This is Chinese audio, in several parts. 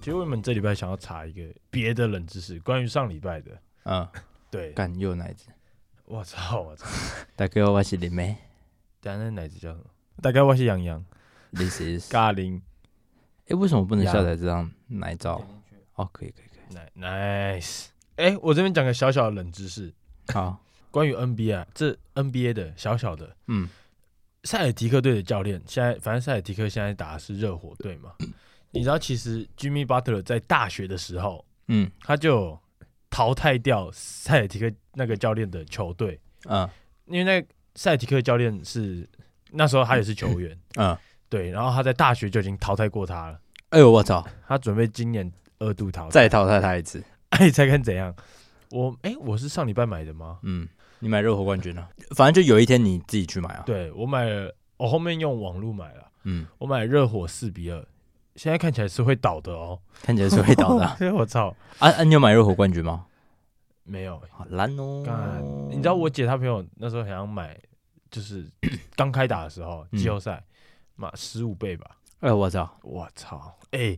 其实我们这礼拜想要查一个别的冷知识，关于上礼拜的。嗯，对，干又有哪一只？我操我操！大哥，我是林妹等一下那奶子叫什么？大概我是杨洋， ，This is。咖喱哎，为什么不能呀下载这张奶照？哦，可以可以可奶 nice。哎、我这边讲个小小的冷知识，以。好，关于 NBA 啊这 NBA 的小小的嗯，塞尔提克队的教练，现在反正塞尔提克现在打的是热火队 嘛。你知道，其实 Jimmy Butler 在大学的时候，嗯他就淘汰掉塞尔提克那个教练的球队，嗯因为那个塞尔提克教练是那时候他也是球员，嗯，对，然后他在大学就已经淘汰过他了，哎呦我操，他准备今年二度淘汰，再淘汰他一次。 哎，猜看怎样？我哎、我是上礼拜买的吗？嗯，你买热火冠军了，啊反正就有一天你自己去买啊。，对，我买了，我后面用网络买了，嗯，我买热火四比二，现在看起来是会倒的哦，看起来是会倒 的啊。哎 我操，啊啊，你有买热火冠军吗？没有、好烂干哦！你知道我姐她朋友那时候想要买，就是 刚开打的时候嗯季后赛，嘛十五倍吧，哎，我操，我操，哎、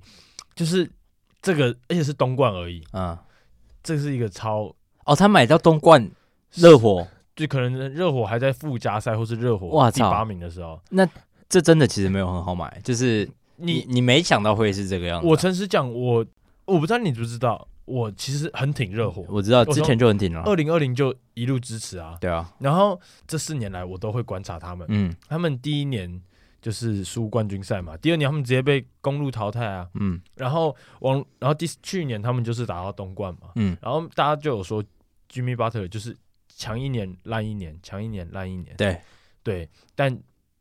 就是这个，而且是东冠而已，嗯，这是一个超哦，他买到东冠热，火，就可能热火还在附加赛或是热火哇第操八名的时候，这真的其实没有很好买，就是你你你没想到会是这个样子啊。我诚实讲，我我不知道你知不知道，我其实很挺热火，嗯我知道说之前就很顶了，二零二零就一路支持啊，对啊，然后这四年来我都会观察他们，嗯他们第一年就是输冠军赛嘛，第二年他们直接被公路淘汰啊，嗯然后往然后第去年他们就是打到东冠嘛，嗯，然后大家就有说 Jimmy Butler 就是强一年烂一年，强一年烂一年，对，对，但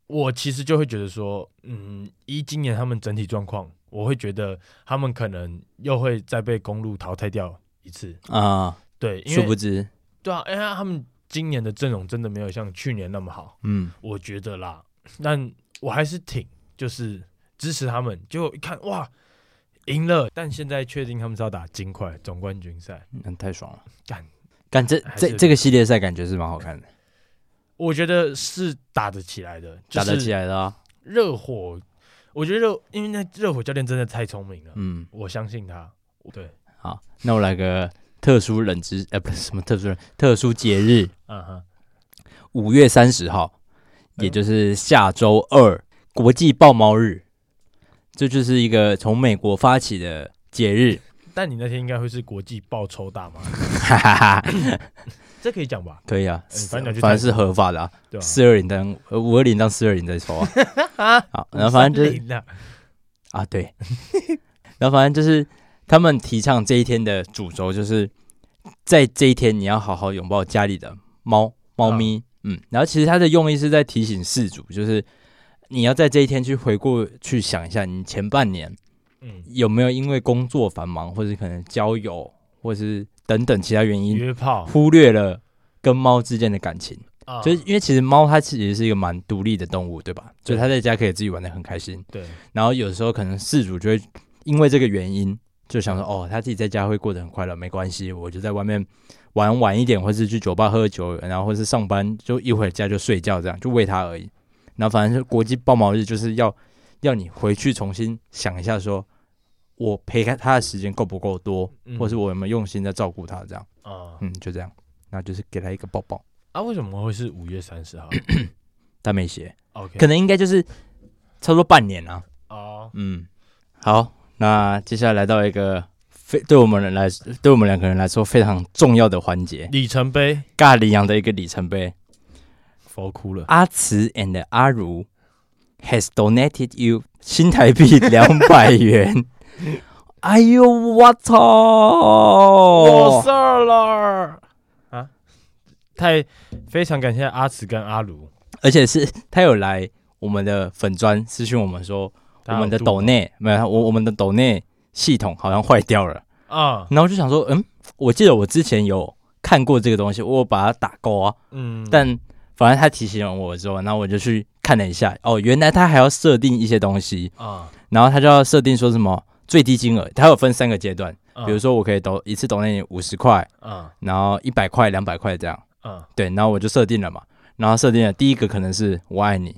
我其实就会觉得说，嗯，一今年他们整体状况，我会觉得他们可能又会再被公路淘汰掉一次，啊，对，因殊不为知，对啊，因为他们今年的阵容真的没有像去年那么好。嗯我觉得啦，但我还是挺就是支持他们。结果一看哇，赢了，但现在确定他们是要打金块总冠军赛。嗯，太爽了，干干这还是有这点这个系列赛感觉是蛮好看的，我觉得是打得起来的，就打得起是来的啊，热火。我觉得热，因为那热火教练真的太聪明了，嗯，我相信他。对，好，那我来个特殊冷知，呃，不是什么特殊人，特殊节日，嗯哼，五月三十号，嗯也就是下周二，国际豹猫日，这就是一个从美国发起的节日，但你那天应该会是国际报抽大吗？哈哈哈，这可以讲吧？可以啊，嗯反正你要去反正是合法的啊，对吧？四二零当呃五二零当四二零再抽啊， 好，然后反正就是是的，啊，对， 然后反正就是他们提倡这一天的主轴就是在这一天你要好好拥抱家里的猫猫咪，嗯，然后其实它的用意是在提醒事主，就是你要在这一天去回顾去想一下你前半年嗯，有没有因为工作繁忙或者可能交友或是等等其他原因嗯约炮忽略了跟猫之间的感情。啊，就是因为其实猫它其实是一个蛮独立的动物，对吧？就对是它在家可以自己玩的很开心，对，然后有时候可能事主就会因为这个原因，就想说哦，他自己在家会过得很快乐，没关系，我就在外面玩晚一点，或是去酒吧喝酒，然后或是上班，就一会儿家就睡觉，这样就为他而已。然后反正是国际爆毛日，就是要要你回去重新想一下说，我陪他的时间够不够多，嗯或是我有没有用心在照顾他，这样，啊嗯，就这样，然后就是给他一个抱抱，啊，为什么会是五月三十号但没写， ？OK，可能应该就是差不多半年啊，哦，嗯，好，那接下来来到一个非对我们来对我们两个人来说非常重要的环节里程碑， ——咖喱羊的一个里程碑。佛哭了。阿慈 and 阿如 has donated you 新台币两百元。 哎呦，我有操！事儿了啊！太非常感谢阿慈跟阿卢，而且是他有来我们的粉砖私讯我们说，我们的抖内没有我我们的抖内系统好像坏掉了。啊，然后就想说，嗯，我记得我之前有看过这个东西，我有把它打勾啊，嗯，但反正他提醒了我之后，然后我就去看了一下，哦，原来他还要设定一些东西，啊，然后他就要设定说什么最低金额，他有分三个阶段，比如说说我可以抖一次抖那你五十块，啊然后一百块、两百块这样，啊，对，然后我就设定了嘛，然后设定了第一个可能是我爱你，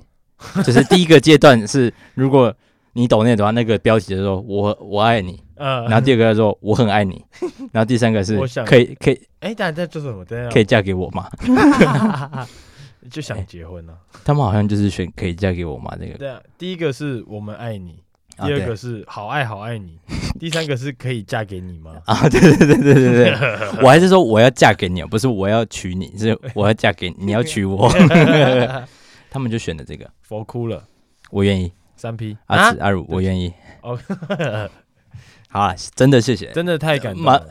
就是第一个阶段是如果你抖那的话，那个标题就说我我爱你， 呃，然后第二个叫做我很爱你， 然后第三个是我想可以可以哎，大家在做什么？等一下可以嫁给我吗？就想结婚了、他们好像就是选可以嫁给我吗？这个对啊，第一个是我们爱你，啊第二对个是好爱好爱你，第三个是可以嫁给你吗？ 啊，对对对对对对，我还是说我要嫁给你，不是我要娶你，是我要嫁给你，你要 娶我。他们就选的这个，佛哭了，我愿意，三 P 啊阿紫阿乳，我愿意。哦， 好啊，真的谢谢，真的太感动蛮了，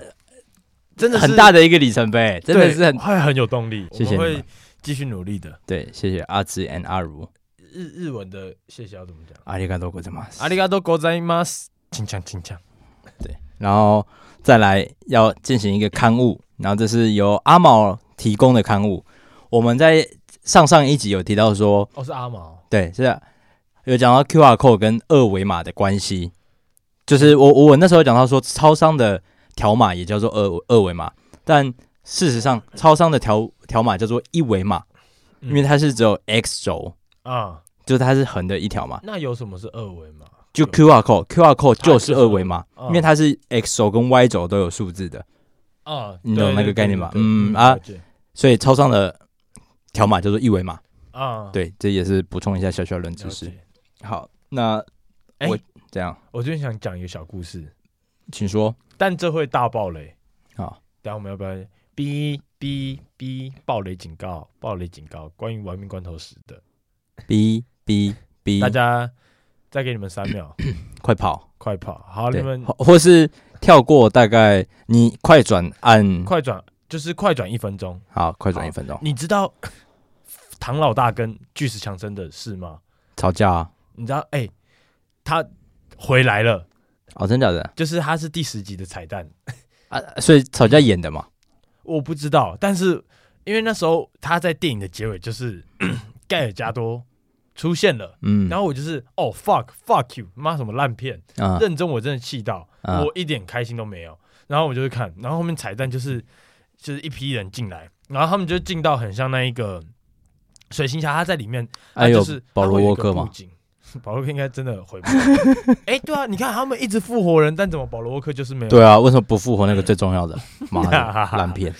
真的是很大，的一个里程碑，真的对是很会很有动力，谢我谢你们们会继续努力的。对，谢谢阿紫 and 阿如，日日文的谢谢要怎么 讲？阿里嘎多ございます。阿里嘎多ございます，请讲请讲。然后再来要进行一个刊物，然后这是由阿毛提供的刊物。我们在上上一集有提到说，哦，是阿毛，对，是啊有讲到 QR code 跟二维码的关系，就是我我那时候有讲到说，超商的条码也叫做二二维码，但事实上超商的条条码叫做一维码，因嗯为它是只有 X 轴，啊，就是它是横的一条嘛，那有什么是二维码？就有 QR code，QR code 它就就是是二维码，嗯因为它是 X 轴跟 Y 轴都有数字的。啊，你懂对那对个对概念对吧对嗯啊了解所以超商的条码叫做一维码。啊，对，这也是补充一下小小冷知了识。解。好，那哎我这样，我最近想讲一个小故事，请说。但这会大爆雷。好，等下我们要不要哔哔哔爆雷警告？爆雷警告，关于玩命关头时的，哔哔哔，大家再给你们三 秒，快跑！快跑！好，你对们或或是跳过大概，你快转按快转，就是快转一分钟。好，快转好一分钟。你知道唐老大跟巨石强森的事吗？吵架啊？你知道？哎、他回来了，哦，真假的就是他是第十集的彩蛋，啊？所以吵架演的嘛？我不知道，但是因为那时候他在电影的结尾就是 盖尔加多出现了。嗯，然后我就是哦 fuck fuck you，妈什么烂片，啊认真我真的气到、啊我一点开心都没有。然后我就去看，然后后面彩蛋就是就是一批人进来，然后他们就进到很像那一个水行侠，他在里面，他还啊就有是哎保罗沃克嘛嘛？， 保罗沃克应该真的回不来。 哎，对啊，你看他们一直复活人，但怎么保罗沃克就是没有？对啊，为什么不复活那个最重 要的？妈的，烂片！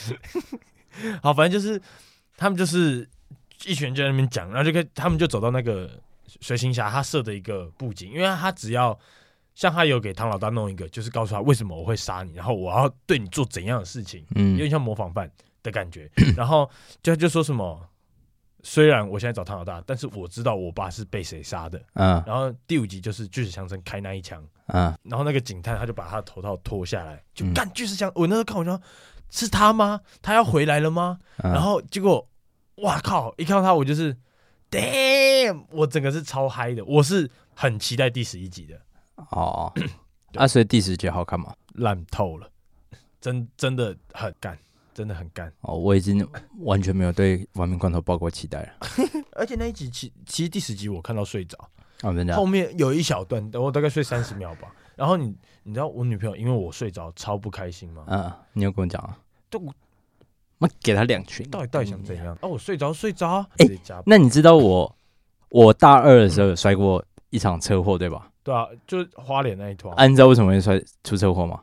好，反正就是他们就是一群人就在那边讲，然后就跟他们就走到那个水行侠他设的一个布景，因为他只要像他有给唐老大弄一个，就是告诉他为什么我会杀你，然后我要对你做怎样的事情，有嗯点像模仿犯的感觉。然后就他就说什么，虽然我现在找唐老大，但是我知道我爸是被谁杀的。嗯然后第五集就是巨石强森开那一枪，嗯，然后那个警探他就把他的头套脱下来，就嗯干巨石强。我那时候看我就说，是他吗？他要回来了吗？然然后结果，哇靠！一看到他，我就是 damn，我整个是超嗨的，我是很期待第十一集的，哦，对啊，所以第十节好看吗？烂透了，真真的很干，真的很干。哦，我已经完全没有对《亡命关头》抱过期待了。而且那一集其其实第十集我看到睡着，哦，真的啊后面有一小段，我大概睡三十秒吧。然后你你知道我女朋友因为我睡着超不开心吗？嗯，你有跟我讲啊？就我我给他两拳。到底到底想怎样？哦，我睡着睡着啊，嗯哎直接加那你知道我我大二的时候有摔过一场车祸，对吧？对啊，就是花脸那一坨，啊，你知道为什么会摔出车祸吗？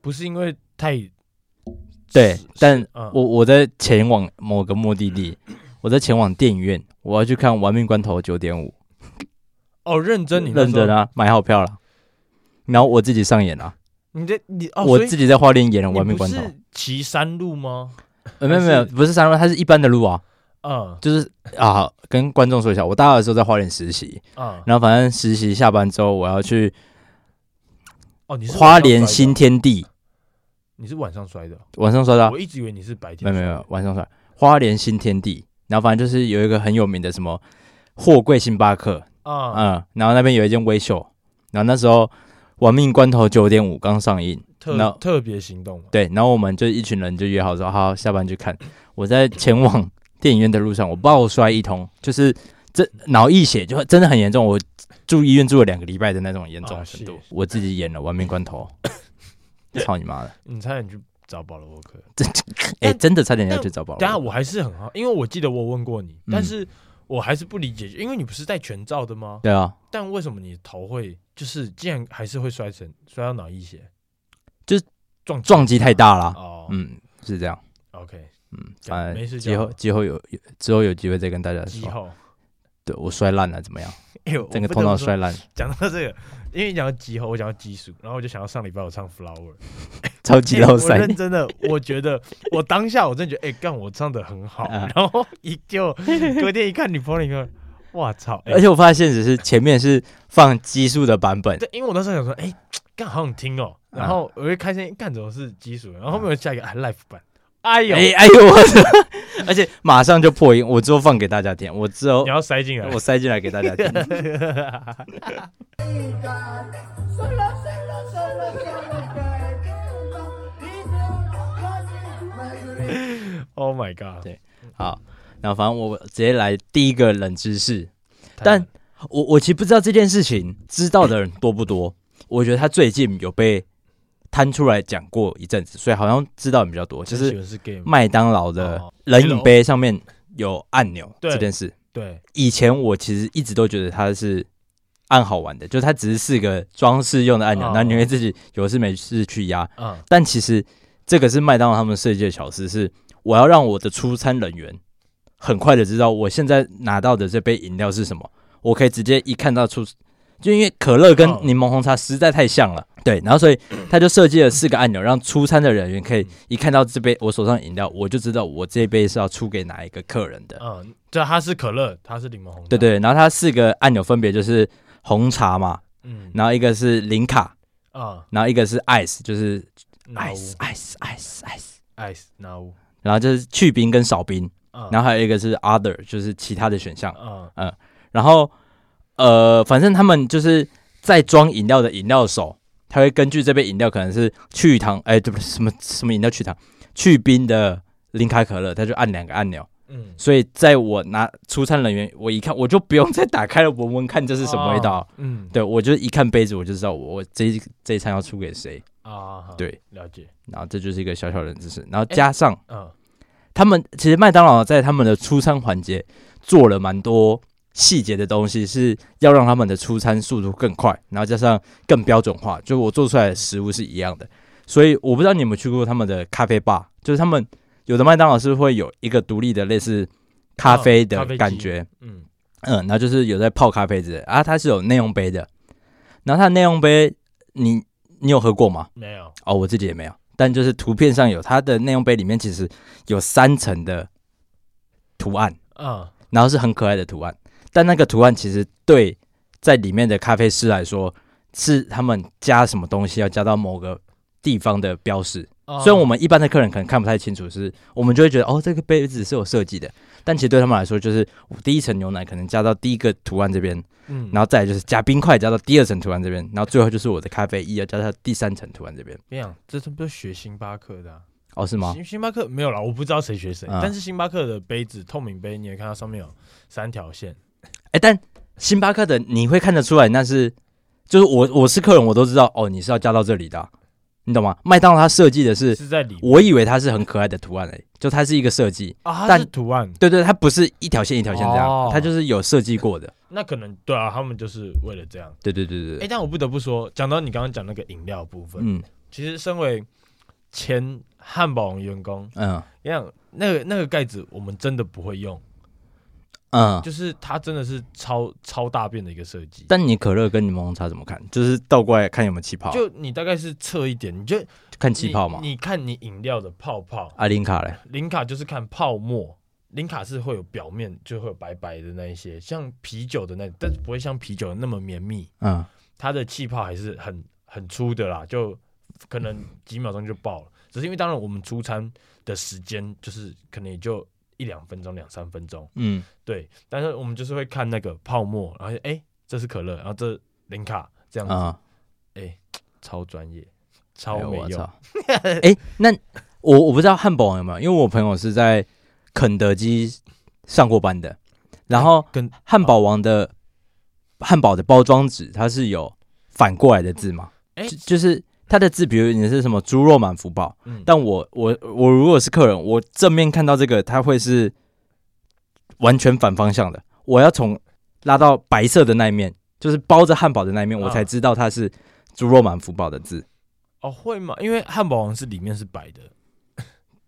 不是因为太对是，但嗯我我在前往某个目的地，我在前往电影院，我要去看《玩命关头》九点五，哦认真你那认时候真，啊，买好票了，然后我自己上演了，你这你哦，我所以自己在花莲演了《你玩命不关是头》骑山路吗？呃，没有还没有，是不是山路，它是一般的路啊，嗯就是啊，好跟观众说一下，我大二的时候在花莲实习，嗯，然后反正实习下班之后，我要去哦，你是花晚上摔莲的哦新，天地，你是晚上摔的哦，晚上摔到我，一直以为你是白没天有没摔的。有没有，晚上摔，花莲新天地，然后反正就是有一个很有名的什么货柜星巴克，啊，嗯，然后那边有一间微秀，然后那时候《亡命关头》九点五刚上映，那特特别行动啊嘛，对，然后我们就一群人就约好说，好，下班去看。我在前往电影院的路上，我暴摔一通，就是这脑溢血，就真的很严重。我住医院住了两个礼拜的那种严重啊程度。是我自己演了《亡命关头》，操你妈的！你差点去找保罗沃克。哎、但真的差点要去找保等下罗。我还是很好，因为我记得我问过你，嗯但是我还是不理解，因为你不是戴全罩的吗？对啊，但为什么你头会就是竟然还是会摔成摔到脑溢血？撞撞击太大了。哦，嗯，是这样。 ，OK，嗯，干反没正事之就后好之后有有之后有机会再跟大家季说。 后，对我摔烂了怎么样？哎呦，我整个不头得脑不说摔烂，讲到这个，因为你讲到集合，我讲到基数，然后我就想到上礼拜我唱 flower，超级欸老 我塞。 认真的，我觉得我当下我真的觉得，哎、干我唱的很好，啊然后一就隔天一看你朋友一个，哇操！欸而且我发现只是前面是放激素的版本，对，因为我那时候想说，哎、干好想听哦，啊然后我就看见干怎么是基础，然后后面有下一个啊 live 版，哎呦，哎哎呦我的，而且马上就破音，我之后放给大家听，我之后你要塞进来，我塞进来给 大家听。 Solo, solo, solo, solo, perdiendo. Y no, no, no, no. Oh my god！对好，然后反正我直接来第一个冷知识，太但我我其实不知道这件事情知道的人多不多，我觉得他最近有被摊出来讲过一阵子，所以好像知道的比较多，就真喜是嗯欢是 game，麦当劳的哦冷饮杯上面有按钮对这件事。对以前我其实一直都觉得它是按好玩的，就它只是是个装饰用的按钮，哦然后你会自己有事没事去压。嗯，但其实这个是麦当劳他们设计的巧思，是我要让我的出餐人员很快的知道我现在拿到的这杯饮料是什么，我可以直接一看到出，就因为可乐跟哦柠檬红茶实在太像了，对，然后所以他就设计了四个按钮，让出餐的人员可以一看到这杯我手上的饮料，我就知道我这一杯是要出给哪一个客人的。嗯，这它是可乐，它是柠檬红，对，对，然后它四个按钮分别就是红茶嘛，嗯然后一个是零卡，啊然后一个是 ice，就是，ice ice ice ice ice， ice 拿乌，然后就是去冰跟少冰，然然后还有一个是 other，就是其他的选项。嗯然后呃，反正他们就是在装饮料的饮料手，他会根据这杯饮料可能是去糖，哎，对不对？什么什么饮料去糖，去冰的零卡可乐，他就按两个按钮。嗯，所以在我拿出餐人员，我一看我就不用再打开了闻闻看这是什么味道。嗯，对我就一看杯子，我就知道我我这一这一餐要出给谁。啊，好对，了解，然后这就是一个小小的知识。然后加上、嗯他们，其实麦当劳在他们的出餐环节做了蛮多细节的东西，是要让他们的出餐速度更快，然后加上更标准化，就我做出来的食物是一样的。所以我不知道你有没有去过他们的咖啡吧，就是他们有的麦当劳是会有一个独立的类似咖啡哦的咖啡机感觉，嗯，嗯，然后就是有在泡咖啡之类的啊，它是有内用杯的。然后它的内用杯，你你有喝过吗？没有，哦，我自己也没有，但就是图片上有它的内用杯里面其实有三层的图案，嗯然后是很可爱的图案。但那个图案其实对在里面的咖啡师来说，是他们加什么东西要加到某个地方的标示。嗯，虽然我们一般的客人可能看不太清楚，是我们就会觉得哦，这个杯子是有设计的，但其实对他们来说，就是我第一层牛奶可能加到第一个图案这边，嗯，然后再来就是加冰块加到第二层图案这边，然后最后就是我的咖啡液要加到第三层图案这边。没有，这是不是学星巴克的啊？哦，是吗？星星巴克没有啦，我不知道谁学谁，嗯但是星巴克的杯子透明杯，你也看到上面有三条线，哎、但星巴克的你会看得出来，那是就是我我是客人，我都知道哦，你是要加到这里的啊、你懂吗？麦当劳它设计的是，是在里面我以为它是很可爱的图案诶、就它是一个设计，啊，它但是图案，对对，它不是一条线一条线这样，哦它就是有设计过的。那可能对啊，他们就是为了这样。对对对对哎，对，但我不得不说，讲到你刚刚讲那个饮料部分，嗯其实身为前汉堡王员工，嗯你想那个那个盖子，我们真的不会用，嗯。就是它真的是超超大便的一个设计。但你可乐跟柠檬红茶怎么看？就是倒过来看有没有气泡，就啊就你大概是侧一点，你就看气泡嘛你。。你看你饮料的泡泡，阿琳卡嘞，零卡就是看泡沫，零卡是会有表面就会有白白的那一些，像啤酒的那，但是不会像啤酒那么绵密，嗯它的气泡还是很很粗的啦，就可能几秒钟就爆了。只是因为当然我们出餐的时间就是可能也就一两分钟、两三分钟，嗯对，但是我们就是会看那个泡沫，然后哎、诶这是可乐，然后这零卡这样子，啊，超专业，哎超呦没我用操。 哎，那我我不知道汉堡王有没有，因为我朋友是在肯德基上过班的，然后跟汉堡王的汉堡的包装纸它是有反过来的字嘛？哎就就是它的字，比如你是什么猪肉满福堡，嗯，但我我我如果是客人，我正面看到这个，它会是完全反方向的。我要从拉到白色的那一面，就是包着汉堡的那一面，啊我才知道它是猪肉满福堡的字。哦，会吗？因为汉堡王是里面是白的，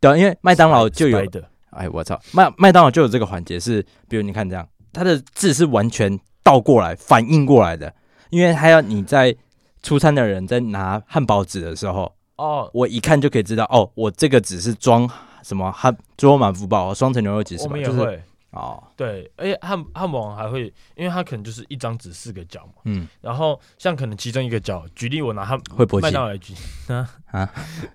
对啊，因为麦当劳就有白的，哎，我操，麦麦当劳就有这个环节是，比如你看这样，它的字是完全倒过来反应过来的，因为它要你在出餐的人在拿汉堡纸的时候，哦，我一看就可以知道，哦，我这个纸是装什么汉猪肉满福堡、双层牛肉几什我么，们也就是会。哦，对，而且汉汉堡王还会，因为它可能就是一张纸四个角嘛，嗯，然后像可能其中一个角，举例我拿汉会勃麦起当，劳来举 啊啊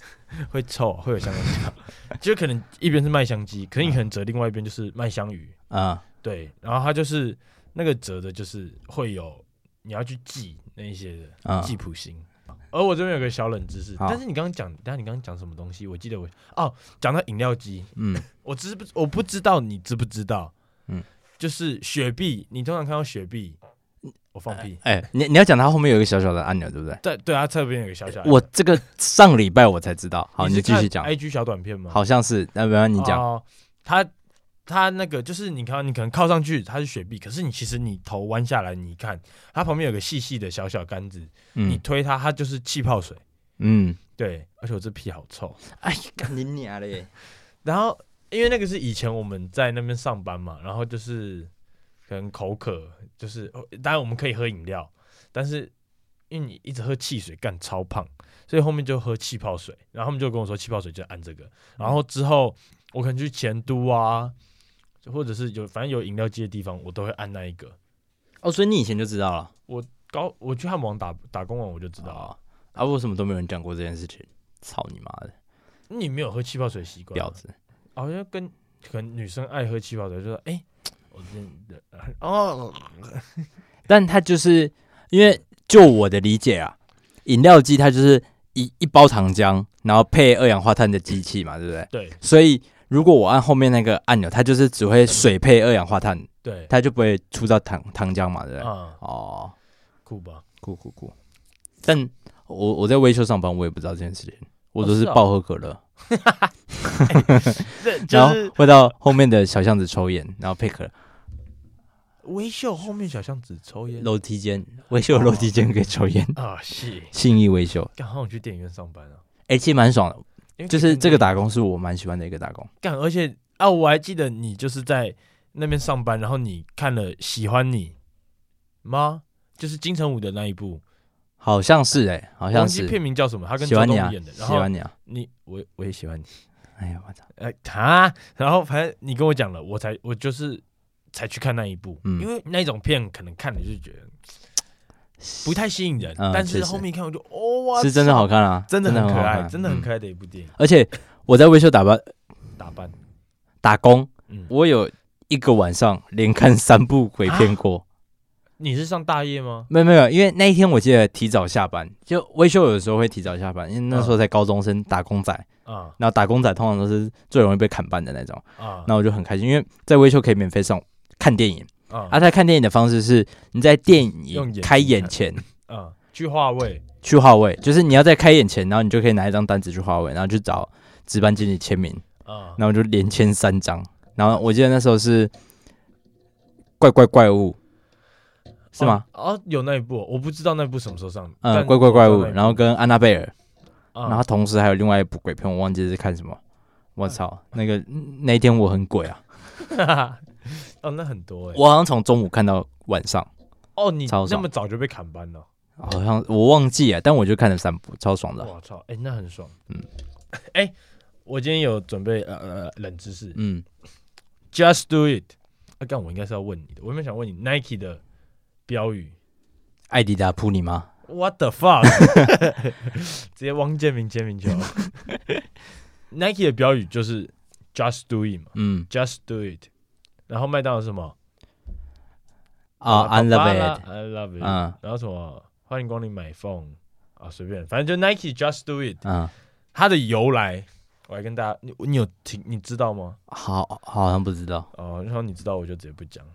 会臭，会有香港脚，就可能一边是麦香鸡，可是你可能折另外一边就是麦香鱼，嗯，对，然后它就是那个折的，就是会有你要去记那一些的、啊记谱型。而我这边有个小冷知识，好但是你刚刚讲，等一下你刚刚讲什么东西？我记得我哦，讲到饮料机，嗯，我知不我不知道你知不知道？嗯嗯，就是雪碧，你通常看到雪碧，我放屁，哎、你你要讲它后面有一个小小的按钮，对不对？对对，它侧边有个小小的，我这个上礼拜我才知道，好，你是继续看讲， ，IG 小短片吗？好像是，那不然你讲，哦，他他那个就是你看，你可能靠上去它是雪碧，可是你其实你头弯下来，你看它旁边有个细细的小小杆子，你嗯推它，它就是气泡水。嗯，对，而且我这屁好臭。哎，干你娘嘞！然后因为那个是以前我们在那边上班嘛，然后就是可能口渴，就是哦当然我们可以喝饮料，但是因为你一直喝汽水干超胖，所以后面就喝气泡水。然后他们就跟我说气泡水就按这个，然后之后我可能去前都啊，或者是有反正有饮料机的地方，我都会按那一个。 哦，所以你以前就知道了。高我去汉堡王打打工完我就知道，啊啊！为什么都没有人讲过这件事情？操你妈的你没有喝气泡水习惯吗，啊婊子！好像跟可能女生爱喝气泡水，就说哎、我真的 哦，但他就是因为就我的理解啊，饮料机它就是一一包糖浆，然后配二氧化碳的机器嘛，对不对？对所以如果我按后面那个按钮，它就是只会水配二氧化碳，对，它就不会出到糖糖浆嘛，对不对？啊、哦，酷吧？酷酷酷！但我我在微秀上班，我也不知道这件事情，我都是是哦暴喝可乐，这然就后是会到后面的小巷子抽烟，然后配可乐。微秀后面小巷子抽烟楼梯间，维哦修楼梯间可以抽烟， 啊，是，信义维修，刚好我去电影院上班啊，哎、其实蛮爽的。因为就是这个打打工是我蛮喜欢的一个打工，干，而且啊，我还记得你就是在那边上班，然后你看了《喜欢你》吗？就是金城武的那一部，好像是哎、好忘像记是片名叫什么，他跟喜周欢冬你雨啊，演的。喜然后欢你啊，你，我我也喜欢你，哎呀我操，哎他，然后反正你跟我讲了，我才我就是才去看那一部，嗯因为那种片可能看了就觉得不太吸引人，嗯但确是实后面一看我就哦哇，是真的好看啊，真的很可好爱，看嗯真的很可爱。爱的一部电影。而且我在维修打扮打扮，打工，嗯，我有一个晚上连看三部鬼片啊过，你是上大夜吗？没有没有，因为那一天我记得提早下班，就维修有时候会提早下班，因为那时嗯候才高中生，打工仔，啊然后打工仔通常都是最容易被砍半的那种。啊那我就很开心，因为在微秀可以免费送看电影。啊啊，他看电影的方式是你在电影用眼开睛演看前啊！去话位去号位，就是你要在开演前，然后你就可以拿一张单子去号位，然后去找值班经理签名，啊然后就连签三张。然后我记得那时候是怪怪怪物，是吗？？哦，哦有那一部，我不知道那部什么时候上。嗯，但怪怪怪我物，知道那一部然后跟安娜贝尔，啊然后同时还有另外一部鬼片，我忘记是看什么。嗯我操，那个嗯那一天我很鬼啊！ 哦，那很多哎。我好像从中午看到晚上，哦，你超那爽么早就被砍班了，好像我忘记啊了，但我就看了三部，超爽的。我操！哎，那很爽。嗯嗯， 哎，我今天有准备呃呃冷知识嗯， ，Just Do It。啊，干，我应该是要问你的，我原本想问你 Nike 的标语。艾迪达扑你妈！ What the fuck！直接汪建明签名球。Nike 的标语就是 Just Do It 嘛嗯，Just Do It。然后麦当劳是什么？啊啊，I love it， it，I love it。嗯然后什么？欢迎光临买 phone 啊，随便，反正就 Nike Just Do It。嗯，它的由来，我来跟大家，你你有听你知道吗？好，好像不知道，哦，然后你知道我就直接不讲。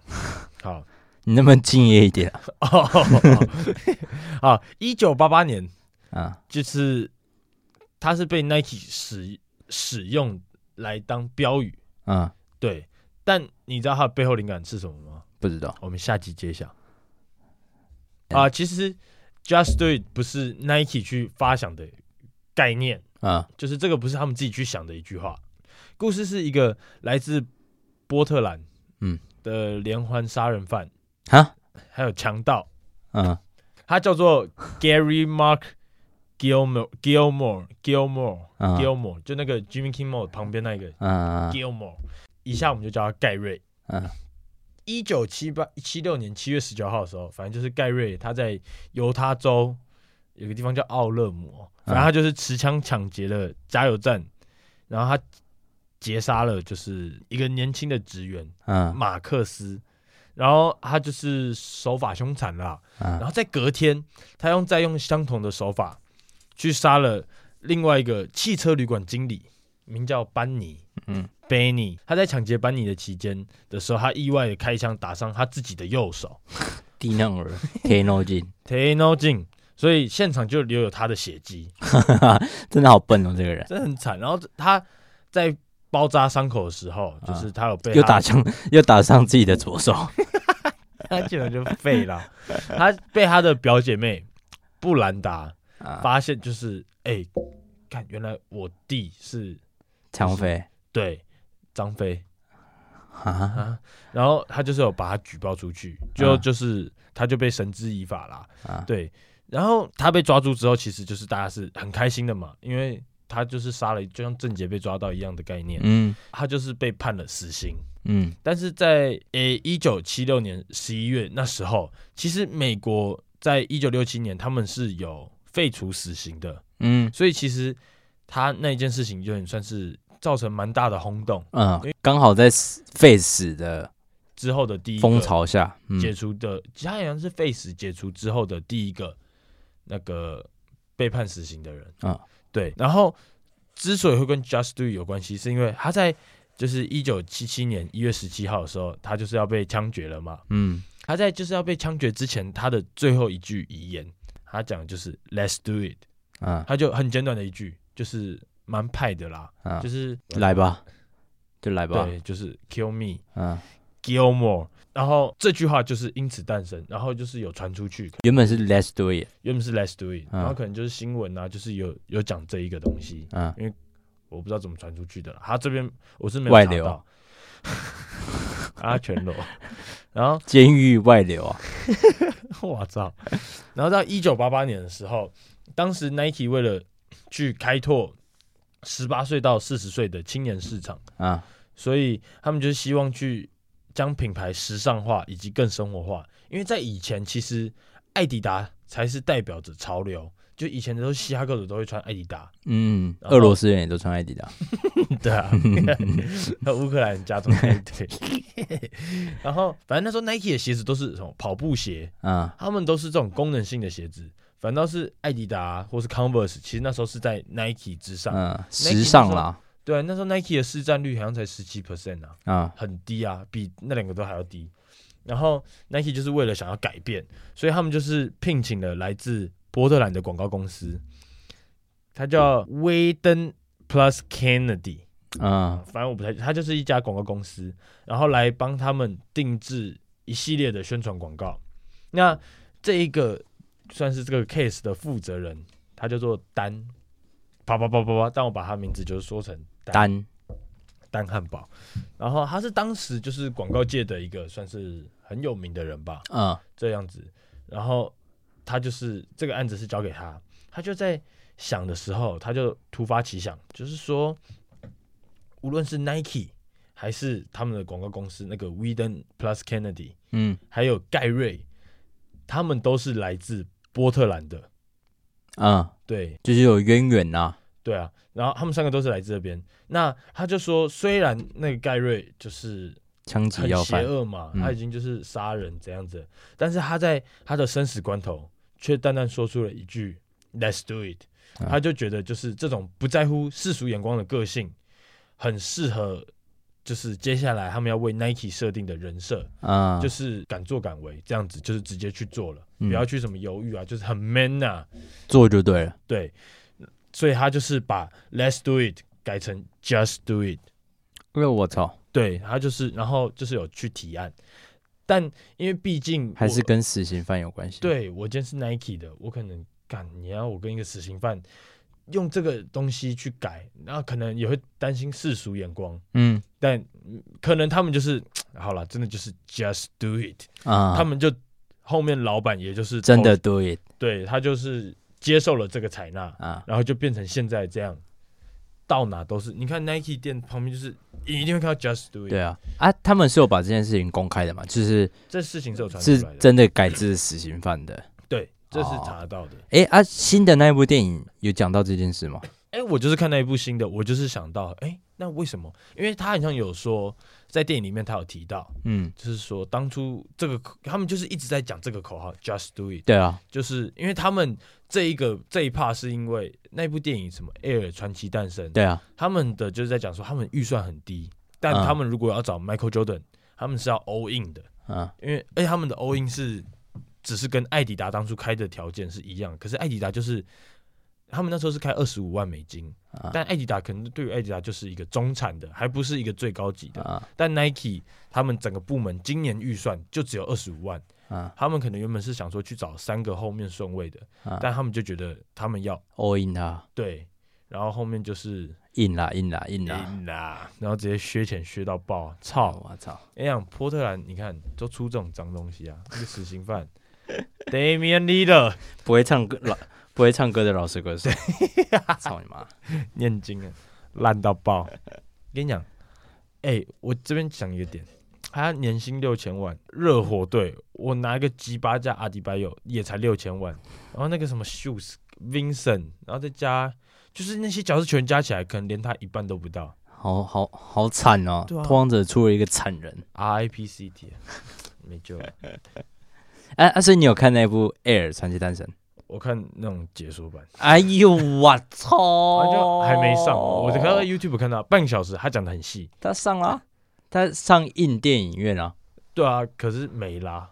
好， 你能不能敬业一点啊？啊，一九八八年嗯就是它是被 Nike 使使用来当标语，嗯，对。但你知道它的背后灵感是什么吗？不知道，我们下集揭晓。嗯啊、其实 Just Do It 不是 Nike 去发想的概念，啊就是这个不是他们自己去想的一句话。故事是一个来自波特兰，嗯的连环杀人犯，哈还有强盗，嗯他叫做 Gary Mark Gilmore Gilmore Gilmore 嗯 Gilmore，就那个 Jimmy Kimmel 旁边那个嗯 Gilmore，以下我们就叫他盖瑞。嗯一九七八七六年七月十九号的时候，反正就是盖瑞他在犹他州有个地方叫奥勒姆哦，反正他就是持枪抢劫了加油站，然后他劫杀了就是一个年轻的职员嗯马克思，然后他就是手法凶残啦、然嗯后在隔天，他用再用相同的手法去杀了另外一个汽车旅馆经理，名叫班尼。嗯，Benny，他在抢劫班尼的期间的时候，他意外的开枪打伤他自己的右手低能儿 k no 金， t e n o j i n 所以现场就留有他的血迹，真的好笨哦，这个人真的很惨。然后他在包扎伤口的时候，就是他有被又他啊打伤又打伤自己的左手，他基本就废 了。他被他的表姐妹布兰达啊，发现，就是哎，看、原来我弟是长飞对张飞啊啊，然后他就是有把他举报出去，就、啊就是他就被绳之以法啦。啊对，然后他被抓住之后，其实就是大家是很开心的嘛，因为他就是杀了，就像郑杰被抓到一样的概念，嗯他就是被判了死刑。嗯但是在诶一九七六年十一月那时候，其实美国在一九六七年他们是有废除死刑的，嗯所以其实他那件事情就很算是造成蛮大的轰动。嗯，刚好在死 face 的之后的第一个风潮下，嗯解除的，他好像是 Face 解除之后的第一个那个被判死刑的人啊对。然后之所以会跟 Just Do It 有关系，是因为他在就是一九七七年一月十七号的时候，他就是要被枪决了嘛。嗯他在就是要被枪决之前，他的最后一句遗言，他讲的就是 Let's do it，啊他就很简短的一句，就是蛮派的啦，啊就，是来吧，就来吧，对，就是 Kill me。嗯， Gilmore，然后这句话就是因此诞生，然后就是有传出去，原本是 Let's do it，原本是 Let's do it，、嗯然后可能就是新闻啊，就是有有讲这一个东西，嗯我不知道怎么传出去的啦。他这边我是没外有查流 到，阿全裸， 然后监狱外流啊，我操，然后到一九八八年的时候，当时 Nike 为了去开拓十八岁到四十岁的青年市场，啊所以他们就是希望去将品牌时尚化以及更生活化。因为在以前，其实艾迪达才是代表着潮流，就以前的时候，嘻哈歌手都会穿艾迪达，嗯，然后俄罗斯人也都穿艾迪达，对啊，那乌克兰加装那一堆。然后，反正那时候 Nike 的鞋子都是什么跑步鞋，啊他们都是这种功能性的鞋子，反倒是艾迪达或是 Converse，其实那时候是在 Nike 之上。嗯，时尚那啦，对啊，那时候 Nike 的市占率好像才十七 percent 啊。啊很低啊，比那两个都还要低。然后 Nike 就是为了想要改变，所以他们就是聘请了来自波特兰的广告公司，它叫威登 Plus Kennedy，啊反正我不太，它就是一家广告公司，然后来帮他们定制一系列的宣传广告。那这一个算是这个 case 的负责人，他叫做丹，啪啪啪啪啪，但我把他名字就是说成丹。单单汉堡，然后他是当时就是广告界的一个算是很有名的人吧，啊这样子。然后他就是这个案子是交给他，他就在想的时候，他就突发奇想，就是说，无论是 Nike 还是他们的广告公司那个 w e d e n Plus Kennedy，嗯还有盖瑞，他们都是来自波特兰的，啊，对就是有渊源呐，对啊。然后他们三个都是来自这边。那他就说，虽然那个盖瑞就是枪击很要邪犯，恶嘛，嗯他已经就是杀人这样子，但是他在他的生死关头，却淡淡说出了一句 “Let's do it”，、嗯他就觉得就是这种不在乎世俗眼光的个性，很适合就是接下来他们要为 Nike 设定的人设，啊，就是是敢做敢为这样子，就是直接去做了，嗯不要去什么犹豫啊，就是很 man 呐、做就对了，对，所以他就是把 “Let's do it” 改成 “Just do it”。因为我操，对他就是，然后就是有去提案，但因为毕竟还我是跟死刑犯有关系，，对我今天是 Nike 的，我可能干你要我跟一个死刑犯用这个东西去改，然后可能也会担心世俗眼光，嗯但嗯可能他们就是好了，真的就是 just do it，、啊，他们就后面老板也就是真的投 do it 对他就是接受了这个采纳，啊，然后就变成现在这样，到哪都是。你看 Nike 店旁边就是你一定会看到 Just Do It，对啊啊，他们是有把这件事情公开的嘛，就是这事情是有传出是来的，真的改制死刑犯的。对，这是哦查到的。诶啊，新的那一部电影有讲到这件事吗？哎、我就是看那一部新的，我就是想到，哎、那为什么？因为他好像有说，在电影里面他有提到，嗯，就是说当初这个口他们就是一直在讲这个口号 Just Do It，对啊，就是因为他们这一个这一 part 是因为那部电影什么《艾尔传奇诞生》，对啊，他们的就是在讲说他们预算很低，但嗯他们如果要找 Michael Jordan，他们是要 all in 的，啊，因为而且他们的 all in 是只是跟艾迪达当初开的条件是一样，可是艾迪达就是他们那时候是开二十五万美金，啊但艾迪达可能对于艾迪达就是一个中产的，还不是一个最高级的。啊但 Nike 他们整个部门今年预算就只有二十五万，啊他们可能原本是想说去找三个后面顺位的，啊但他们就觉得他们要，all in 啊对，然后后面就是，in 啦，in 啦，in 啦，赢啦，然后直接削钱削到爆，操！我操，哎呀，波特兰，你看都出这种脏东西啊，那个死刑犯 Damian l e a d e r 不会唱歌 老不会唱歌的老师歌手，操你妈！念经啊，烂到爆！跟你讲，哎、我这边讲一个点，他年薪六千万，热火队我拿一个吉巴加阿迪巴友也才六千万，然后那个什么 Shoes Vincent，然后再加就是那些角色全加起来，可能连他一半都不到。好好好惨哦！对啊拓荒者出了一个惨人。 RIPCT，没救了。哎、啊，所以你有看那部《Air 传奇单身》？我看那种解说版。哎呦，我啊，操！就还没上，哦哦我就看到 YouTube 看到半个小时，他讲的很细。他上了啊，他上映电影院啊。对啊，可是没啦。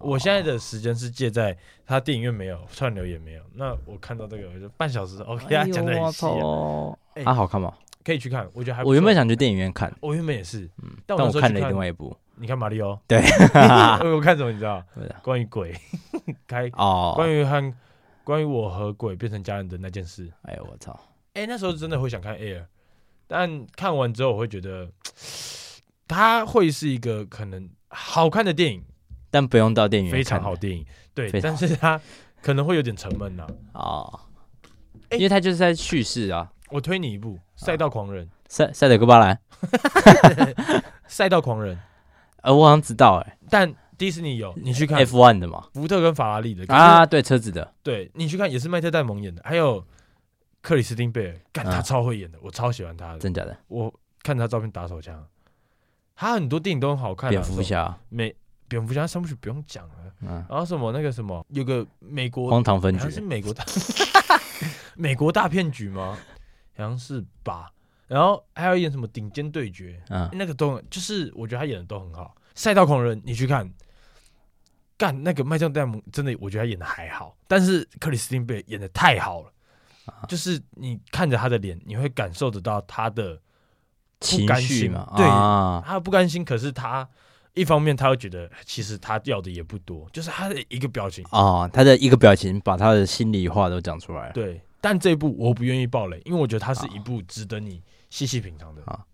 我现在的时间是借在他电影院没有，串流也没有。那我看到这个，我就半小时，OK，他哎讲的很细啊、哦，哎啊，好看吗？可以去看。我觉得还不错我原本，想去电影院看，我原本也是，但但我那我时候看去了看另外一部。你看马里奥，对 我看什么你知道对啊？关于鬼， 开关哦，于和关于我和鬼变成家人的那件事。哎呦，我操！哎、那时候真的会想看 Air，但看完之后我会觉得，它会是一个可能好看的电影，但不用到电影院非常看好电影，对，非常但好是它可能会有点沉闷呐、哦，哎因为他就是在叙事啊。我推你一部《赛道狂人》塞塞德哥巴兰，赛道狂人》，呃，我好像知道哎但迪士尼有，你去看，F one 的嘛。福特跟法拉利的啊，啊，对，车子的。对你去看也是迈特戴蒙演的，还有克里斯汀贝尔，干他啊超会演的，我超喜欢他的，真假的？我看他照片打手枪，他很多电影都很好看、啊，蝙蝠什么，侠，美蝙蝠侠三部曲不用讲了。嗯，然后什么那个什么，有个美国荒唐分好像是局，美国大 美国大骗局吗？好像是吧。然后还有演什么顶尖对决，嗯，那个都就是我觉得他演的都很好。赛道狂人你去看，干那个麦当戴蒙真的我觉得他演的还好，但是克里斯汀贝尔演的太好了，就是你看着他的脸，你会感受得到他的情甘绪心嘛，对啊，他不甘心，可是他一方面他又觉得其实他要的也不多，就是他的一个表情哦，他的一个表情把他的心里话都讲出来了。对，但这一部我不愿意爆雷，因为我觉得它是一部值得你细细品尝的。好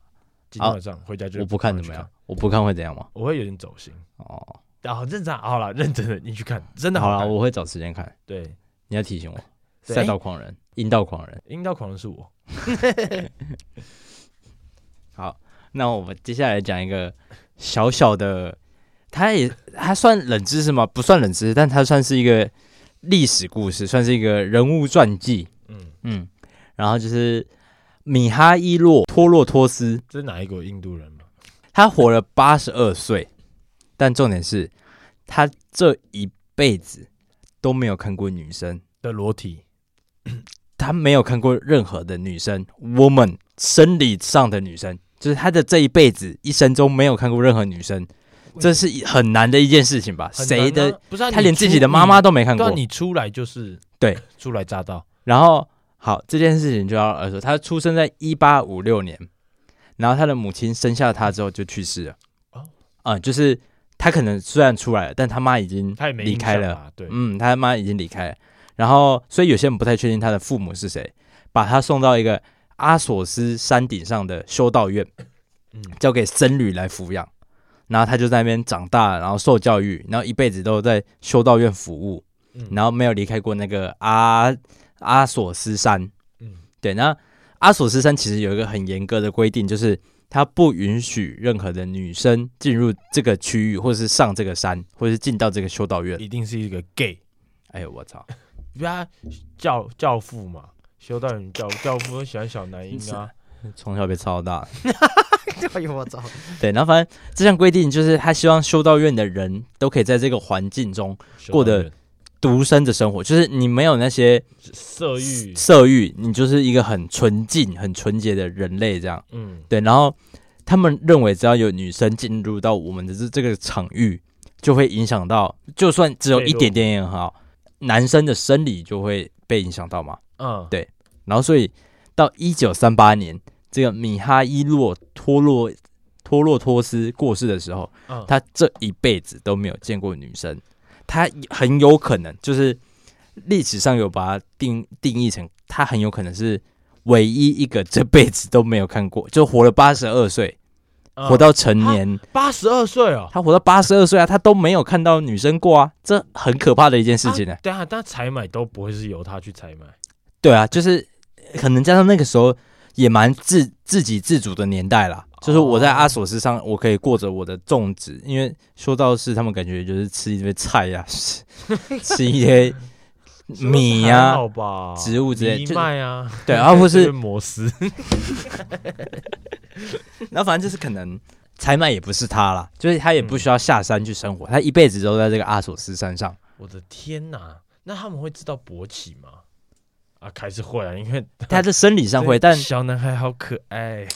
今天晚上回家就我不看赶快怎去么样？？我不看会怎样吗？我会有点走心。哦，啊，好认真啊，好了，认真的你去看，真的好好啦，看。我会找时间看。对，你要提醒我，对赛道狂人，阴道狂人。阴道狂人是我，好，那我们接下来讲一个小小的，它也它算冷知识吗？不算冷知识，但它算是一个历史故事，算是一个人物传记。嗯，嗯，然后就是米哈伊洛托洛托斯，这是哪一个印度人嘛？他活了八十二岁，但重点是他这一辈子都没有看过女生，的裸体，他没有看过任何的女生，woman 生理上的女生，就是他的这一辈子一生中没有看过任何女生，这是一很难的一件事情吧？很谁难啊的？？不是啊他连自己的妈妈都都没看对啊，过。你出来就是对，初来乍到，然后好，这件事情就要来说，他出生在一八五六年，然后他的母亲生下他之后就去世了。哦哦，嗯，就是他可能虽然出来了，但他妈已经他也没离印开象了。啊。对，嗯，他妈已经离开了。然后，所以有些人不太确定他的父母是谁。把他送到一个阿索斯山顶上的修道院，嗯交给僧侣来抚养。然后他就在那边长大，然后受教育，然后一辈子都在修道院服务，嗯然后没有离开过那个阿阿索斯山。嗯对，那阿索斯山其实有一个很严格的规定，就是它不允许任何的女生进入这个区域，或是上这个山，或是进到这个修道院。一定是一个 gay，哎呦，我操！因为他教教父嘛，修道院教教父都喜欢小男婴啊，从小被操到大。 哎呦我操！对，然后反正这项规定就是他希望修道院的人都可以在这个环境中修道啊过得院独身的生活，就是你没有那些色欲，色欲，你就是一个很纯净、很纯洁的人类这样。嗯，对，然后他们认为只要有女生进入到我们的这这个场域，就会影响到，就算只有一点点也很好，男生的生理就会被影响到嘛。嗯，对然后所以到一九三八年，这个米哈伊洛托洛托洛托斯过世的时候，嗯，他这一辈子都没有见过女生，他很有可能就是历史上有把它定定义成，他很有可能是唯一一个这辈子都没有看过，就活了八十二岁，嗯活到成年，八十二岁哦，他活到八十二岁啊，他都没有看到女生过啊，这很可怕的一件事情呢、啊。等一下，但采买都不会是由他去采买，对啊，就是可能加上那个时候也蛮自自给自足的年代啦。就是我哦在阿索斯上，我可以过着我的种植，因为说到是他们感觉就是吃一堆菜 呀、吃吃一些米还呀、好吧，植物之类藜就麦啊，对啊或是这边摩斯，然后反正就是可能采买也不是他啦，就是他也不嗯需要下山去生活，他一辈子都在这个阿索斯 山上。我的天哪，那他们会知道勃起吗？啊，还是会啊，因为他在生理上会，这但小男孩好可爱，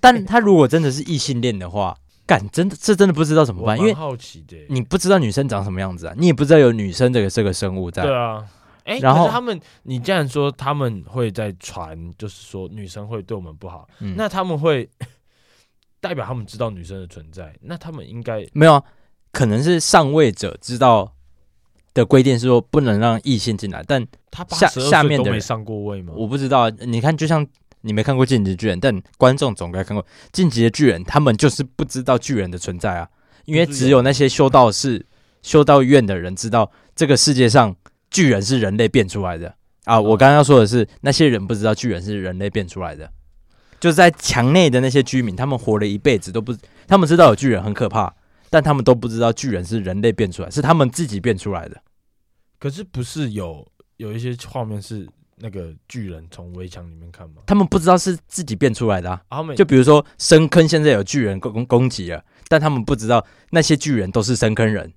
但他如果真的是异性恋的话，干真的这真的不知道怎么我办，蛮因为好奇的耶，你不知道女生长什么样子啊，你也不知道有女生这个这个生物在。对啊。哎，然可后是他们，你既然说他们会在传，就是说女生会对我们不好，嗯那他们会代表他们知道女生的存在，那他们应该没有啊，可能是上位者知道的规定是说不能让异性进来，但他八下十二下岁面都的没人上过位吗？我不知道啊。你看，就像你没看过《进击的巨人》，但观众总该看过《进击的巨人》，他们就是不知道巨人的存在啊，因为不是只有那些修道士、修道院的人知道这个世界上巨人是人类变出来的啊。我刚刚要说的是，那些人不知道巨人是人类变出来的。就是在墙内的那些居民，他们活了一辈子都不，他们知道有巨人很可怕，但他们都不知道巨人是人类变出来，是他们自己变出来的。可是不是有有一些画面是那个巨人从围墙里面看吗？他们不知道是自己变出来的啊。啊、他们就比如说深坑现在有巨人攻攻攻击了，但他们不知道那些巨人都是深坑人，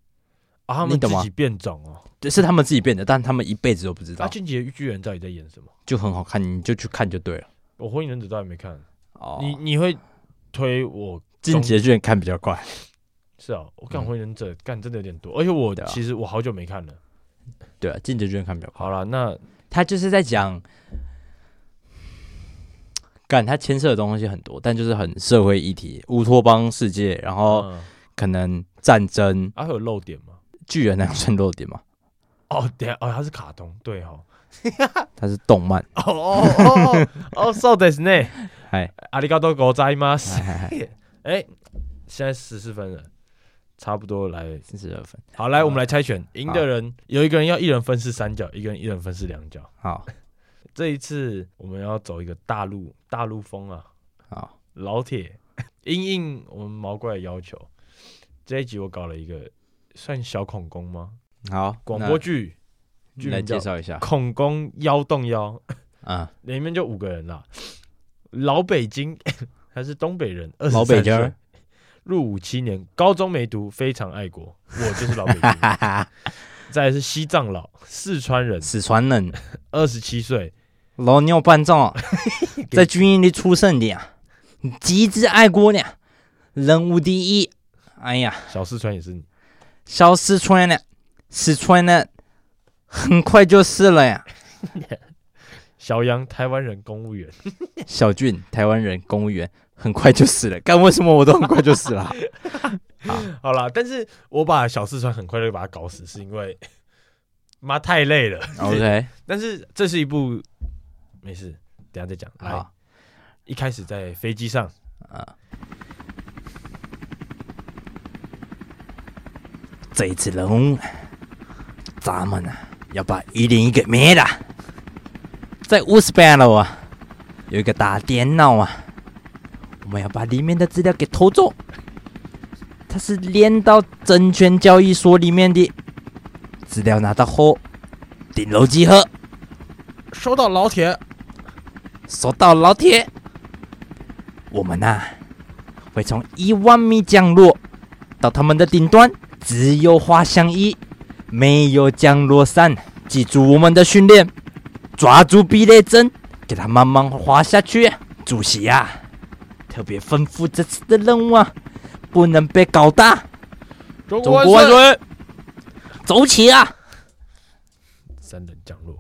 啊，他你们懂自吗己变种哦。就是他们自己变的，但他们一辈子都不知道，啊，进击的巨人到底在演什么？就很好看，你就去看就对了。我火影忍者到底没看，哦，你你会推我进阶卷看比较快，是啊？我看嗯火影忍者干真的有点多，而且我对啊其实我好久没看了。对啊，进阶卷看比较快。好了，那他就是在讲，干他牵涉的东西很多，但就是很社会议题，乌托邦世界，然后嗯可能战争，啊会有漏点吗？巨人那个算弱点嘛，哦，等一下哦，它是卡通，对哦，它是动漫，哦哦哦哦哦，so this 呢？哎阿里嘎多狗在吗？哎 哎，哎，现在十四分了，差不多来四十二分，好，来，我们来猜拳，赢的人有一个人要一人分饰三角，一个人一人分饰两角。好这一次我们要走一个大陆大陆风啊，好，老铁，因应我们毛怪的要求，这一集我搞了一个算小恐攻吗？好，广那播剧剧来名叫介绍一下《恐攻妖动妖》，啊，里面就五个人啦，老北京 还是东北人，二老十北三京岁儿，入伍七年，高中没读，非常爱国，我就是老北京人。 再来是西藏佬，四川人，四川人， 二十七岁，老鸟班长，在军营里出生的，极致爱国的，人无第一。哎呀，小四川也是你。小四川的，四川的，很快就是了呀。小杨，台湾人，公务员。小俊，台湾人，公务员，很快就死了。干为什么我都很快就死了？好啦，但是我把小四川很快就把他搞死，是因为 妈太累了。 OK，但是这是一部没事，等一下再讲。来，好，一开始在飞机上，这一次任务，咱们啊要把一零一给灭了。在乌斯班楼啊，有一个大电脑啊，我们要把里面的资料给偷走。它是连到证券交易所里面的资料拿到后，顶楼集合。收到老铁，收到，老铁。我们呐、会从一万米降落，到他们的顶端，只有滑翔翼，没有降落伞。记住我们的训练，抓住避雷针，给它慢慢滑下去。主席啊，特别吩咐这次的任务啊，不能被搞大，中国万岁岁！走起啊！三等降落，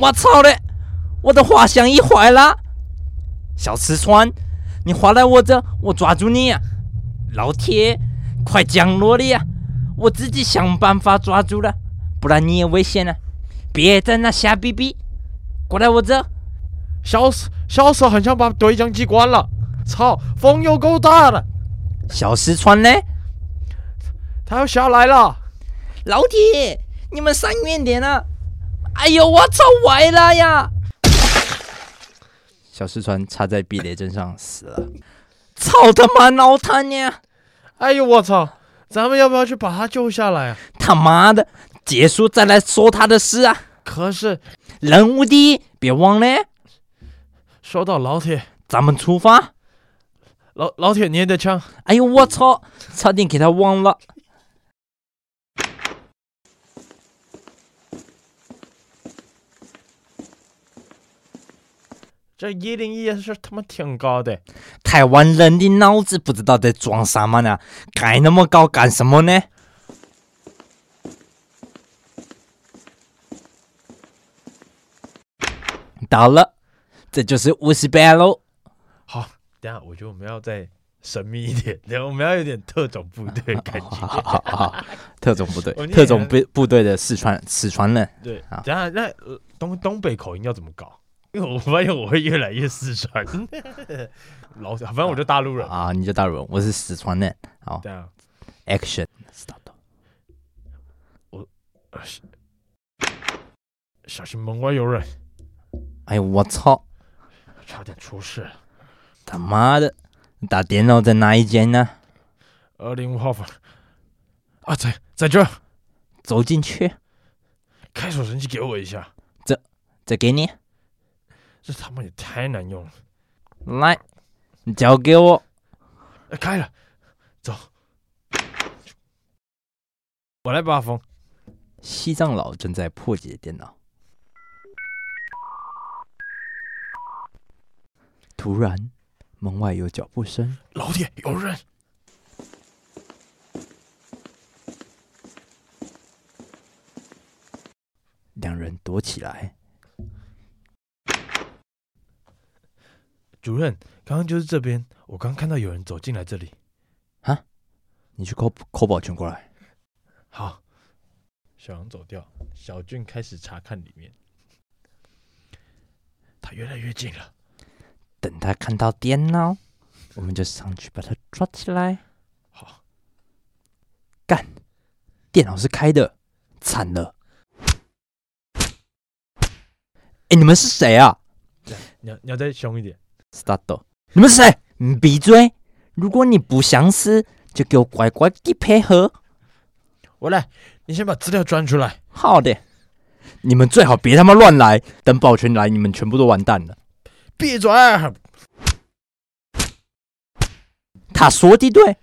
我操嘞！我的滑翔翼坏了。小石川，你滑来我这，我抓住你呀、老铁，快降落了呀！我自己想办法抓住了，不然你也危险了。别在那瞎逼逼，过来我这。小手小手很像把对讲机关了，操，风又够大了，小石川嘞，它要下来了。老铁，你们闪远点啊！哎呦，我操歪了呀！小石川插在避雷针上死了，操他妈脑瘫呀！哎呦我操！咱们要不要去把它救下来啊？他妈的，结束再来说他的事啊！可是人无第一，别忘了，收到老铁，咱们出发。老老铁你也得枪，哎呦，我操，差点给他忘了。这一零一也是他妈挺高的。台湾人的脑子不知道在装什么呢，盖那么高干什么呢？到了，这就是五十八喽。好，等一下我觉得我们要再神秘一点，等一下我们要有点特种部队的感好觉。 好好好，特种部队我念，特种部部队的四川四川人。对好， 等一下那、呃东东北口音要怎么搞？ 因为我发现我会越来越四川， 老反正我就大陆人。啊，你就大人，我是四川人。好这样， ，Action，呃小小心门外有人，哎呦我操，差点出事。他妈的，打电脑在哪一间呢？二零五号房啊，在在这儿，走进去，开锁神器给我一下，这给你，这他妈也太难用了。来，你交给我。呃开了，走，我来把风。西藏佬正在破解电脑，突然，门外有脚步声，老铁，有人！两人躲起来。主任，刚刚就是这边，我刚看到有人走进来这里。你去扣扣保全过来。好，小杨走掉，小俊开始查看里面。他越来越近了，等他看到电脑，我们就上去把他抓起来。好，干，电脑是开的，惨了！哎，你们是谁啊你要你要再凶一点。 ？Start，你们是谁？你闭嘴！如果你不想死，就给我乖乖地配合。我来，你先把资料钻出来。好的，你们最好别他妈乱来，等保全来，你们全部都完蛋了。闭嘴！他说的对，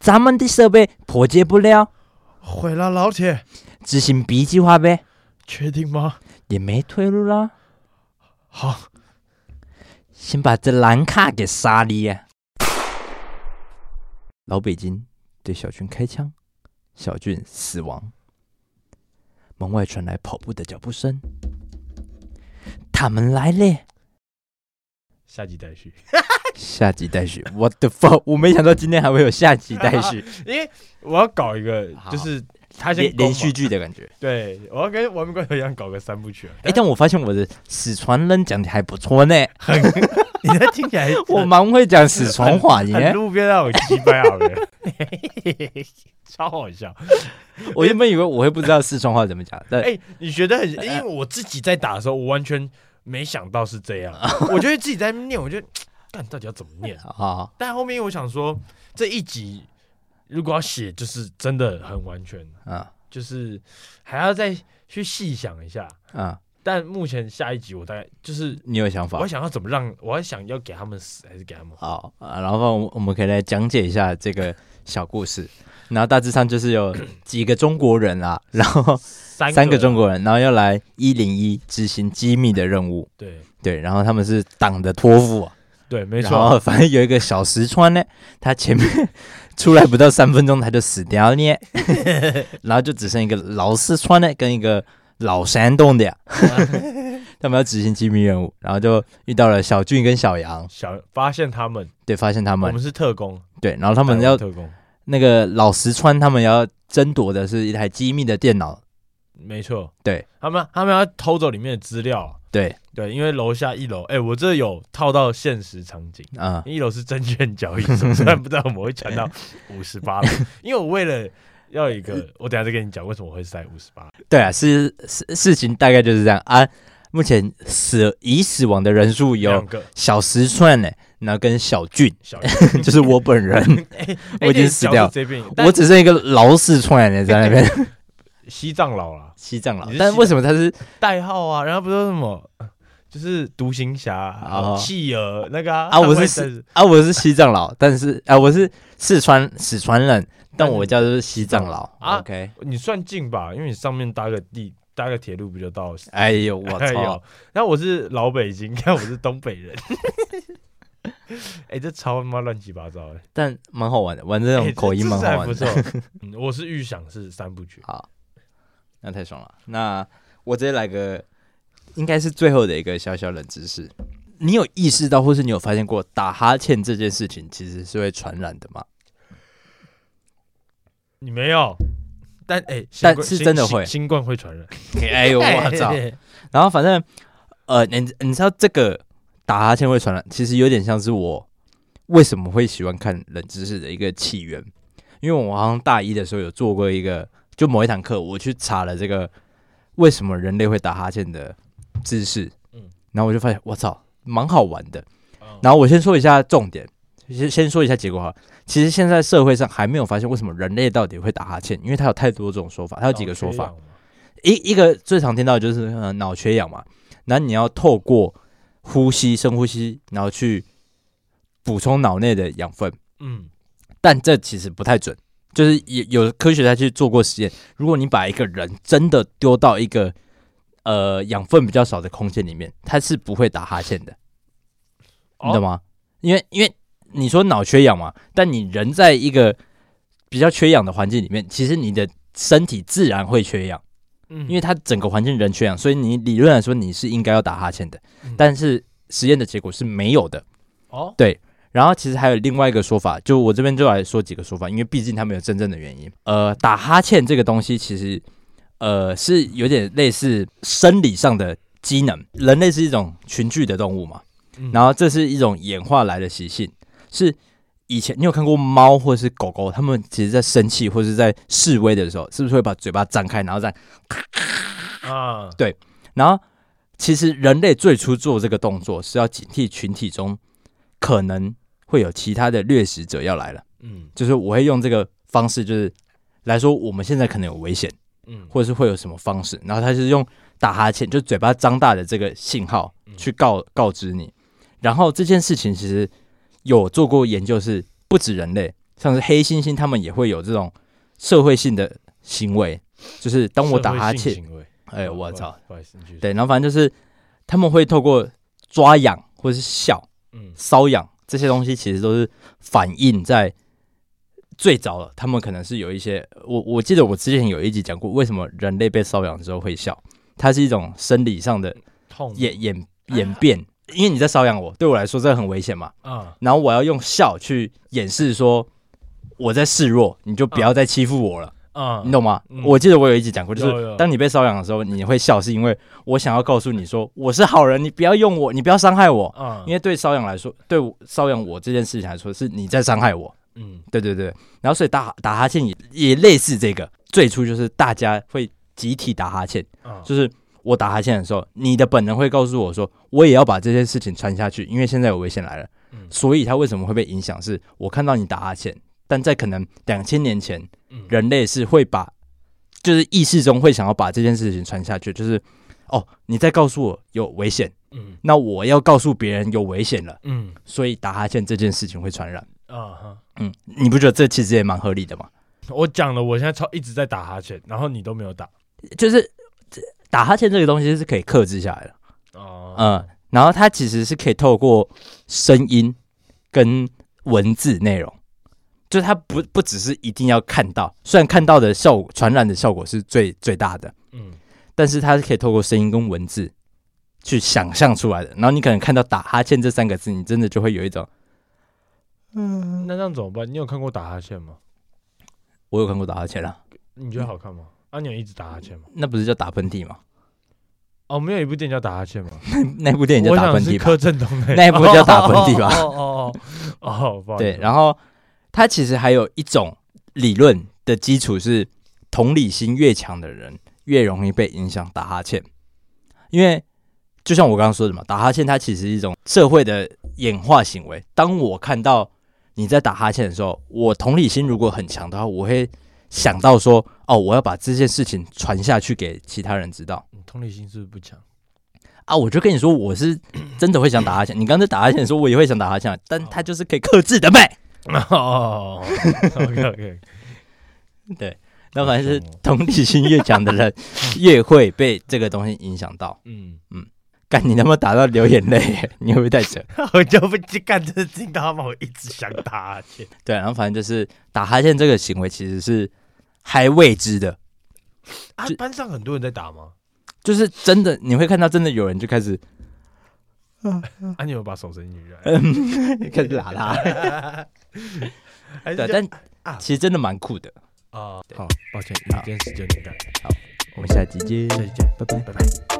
咱们的设备破解不了，毁了，老铁，执行 B 计划呗，确定吗？也没退路啦。好，先把这蓝卡给杀了呀！老北京对小俊开枪，小俊死亡。门外传来跑步的脚步声，他们来了！下集待 续。下集待续。 我的 fuck！我没想到今天还会有下集待续。因为我要搞一个好就是他先连攻嘛连续，剧的感觉。对啊我要跟亡命关头一样搞个三部 曲啊。哎、但我发现我的四川人讲的还不错呢， 你那听起来我蛮会讲四川话 很耶。路边那种鸡啊掰好了， 超好笑。我原本以为我会不知道四川话怎么讲，但哎、你觉得很？因为我自己在打的时候，我完全没想到是 这样。我觉得自己在那边念，我就干到底要怎么念？啊，但后面我想说，这一集如果要写，就是真的很完全，啊就是还要再去细想一下。啊，但目前下一集，我大概就是你有想法我要？想要怎么让，我要想要给他们死，还是给他们活？好，啊然后我我们可以来讲解一下这个小故 事。然后大致上就是有几个中国人啊，然后三三个中中国人，然后要来一零一执行机密的任务。对对，然后他们是党的托付啊。对，没然后错，反正有一个小石川呢，他前面出来不到三分钟他就死掉了 呢，然后就只剩一个老四川呢跟一个老山东 的呀，他们要执行机密任务，然后就遇到了小俊跟小杨，想发现他们，对，发现他我们们，是特工，对，然后他他们要特工，那个老石川他们要争夺的是一台机密的电脑，没错，对他们他们要偷走里面的资料，对，对，因为楼下一楼，哎、我这有套到现实场景，啊、一楼是证券交易所，虽然不知道我们会传 到五十八楼，因为我为了要有一个，我等一下再跟你讲为什么我会塞五十八，对啊，是事事情大概就是这样啊。目前死已死亡的人数有两个小石川呢，然后跟 小俊，小，哎就是我本人， 我已经死掉了这边， 但我只剩一个老四川人在 那边西藏佬啦，西藏佬你是，但为什么他是代号啊，然后不知道什么。就是独行侠、啊哦企鹅那个啊啊我捍是卫战士啊？我是西藏佬，但是啊，我是四川四川人，但我叫做西藏佬。啊 OK，你算近吧，因为你上面搭个地搭个铁路不就到哎呦我哎操呦！！ 那我是老北京，看我是东北人。 哎、这超他妈乱七八糟的，但蛮好玩的，玩这哎种口音蛮好这玩的，这还不错、嗯我是预想是三部曲，那太爽了。那我直接来个，应该是最后的一个小小冷知识。你有意识到，或是你有发现过打哈欠这件事情其实是会传染的吗？你没有？但哎、新但冠是新真的新会新冠会传染。 哎呦我操！然后反正呃，你你知道这个打哈欠会传染，其实有点像是我为什么会喜欢看冷知识的一个起源，因为我好像大一的时候有做过一个，就某一堂课我去查了这个为什么人类会打哈欠的知识，嗯然后我就发现我操，蛮好玩的。嗯然后我先说一下重点，先先说一下结果哈。其实现在社会上还没有发现为什么人类到底会打哈欠，因为它有太多种说法，它有几个说法。脑缺氧嘛一一个最常听到的就是呃脑缺氧嘛，然后你要透过呼吸、深呼吸，然后去补充脑内的养分，嗯，但这其实不太准，就是有有科学家去做过实验，如果你把一个人真的丢到一个呃养分比较少的空间里面，他是不会打哈欠的，你懂吗？吗？因为因为你说脑缺氧嘛，但你人在一个比较缺氧的环境里面，其实你的身体自然会缺氧。嗯因为它整个环境人缺氧，所以你理论来说你是应该要打哈欠的嗯，但是实验的结果是没有的。哦，然后其实还有另外一个说法，就我这边就来说几个说法，因为毕竟它没有真正的原因。呃，打哈欠这个东西其实呃是有点类似生理上的机能，人类是一种群居的动物嘛，嗯然后这是一种演化来的习性，是。以前你有看过猫或是狗狗，它们其实在生气或是在示威的时候，是不是会把嘴巴张开，然后这样啊，然后，其实人类最初做这个动作是要警惕群体中可能会有其他的掠食者要来了，嗯就是我会用这个方式，就是来说我们现在可能有危险，嗯，或者是会有什么方式。然后他是用打哈欠，就嘴巴张大的这个信号去告告知你。然后这件事情其实有做过研究，是不止人类，像是黑猩猩他们也会有这种社会性的行为，就是当我打社哈会欠，性行为，哦哎，我操，不好意思，不好意思，你继续，对，然后反正就是他们会透过抓痒或是笑、嗯瘙痒这些东西，其实都是反映在最早了。他们可能是有一些，我我记得我之前有一集讲过，为什么人类被瘙痒的时候会笑，它是一种生理上的痛演演演变。因为你在瘙痒我，对我来说这很危险嘛。啊，然后我要用笑去掩饰说我在示弱，你就不要再欺负我了。啊啊你懂吗？嗯我记得我有一集讲过，就有是有当你被瘙痒的时候，你会笑，是因为我想要告诉你说我是好人，你不要用我，你不要伤害我，啊因为对瘙痒来说，对我瘙痒我这件事情来说，是你在伤害我。嗯对对对，然后所以打打哈欠也也类似这个，最初就是大家会集体打哈欠，啊就是我打哈欠的时候，你的本能会告诉我说，我也要把这件事情传下去，因为现在有危险来了。嗯所以它为什么会被影响？是我看到你打哈欠，但在可能两千年前，嗯人类是会把，就是意识中会想要把这件事情传下去，就是哦，你在告诉我有危险，嗯那我要告诉别人有危险了，嗯所以打哈欠这件事情会传染。啊哈。嗯，你不觉得这其实也蛮合理的吗？我讲了，我现在超一直在打哈欠，然后你都没有打就是这打哈欠这个东西是可以克制下来的，哦，嗯，然后它其实是可以透过声音跟文字内容，就是它不不只是一定要看到，虽然看到的效果传染的效果是最最大的，嗯但是它是可以透过声音跟文字去想象出来的。然后你可能看到打哈欠这三个字，你真的就会有一种，那这样怎么办？你有看过打哈欠吗？我有看过打哈欠啦，你觉得好看吗？啊，你有一直打哈欠吗？那不是叫打喷嚏吗？ 哦，没有一部电影叫打哈欠吗？那部电影叫我打想喷是嚏吧？柯震东的 那部叫打喷嚏吧？哦哦哦哦，不好意思对，然后它其实还有一种理论的基础是，同理心越强的人越容易被影响打哈欠，因为就像我刚刚说的嘛，打哈欠它其实是一种社会的演化行为。当我看到你在打哈欠的时候，我同理心如果很强的话，我会想到说，哦，我要把这件事情传下去给其他人知道。你嗯同理心是不是不强？啊，我就跟你说，我是真的会想打哈欠。你刚才打哈欠的时候，我也会想打哈欠，但它就是可以克制的呗。哦，OK OK，那反正是好爽哦同理心越强的 人，越会被这个东西影响到。嗯，干，你他妈打到流眼泪 耶，你会不会太扯？ 我就不去干，这听到他们，我一直想打哈欠。对，然后反正就是打哈欠这个行为其实是还未知的，啊，班上很多人在打吗？就是真的你会看到真的有人就开始 啊，你有把手伸进去啊？呃开始打啦。还是 对，就但其实真的蛮酷的。啊，对好，抱歉，今天时间有点赶，我们下集见，下期见，拜拜。拜拜。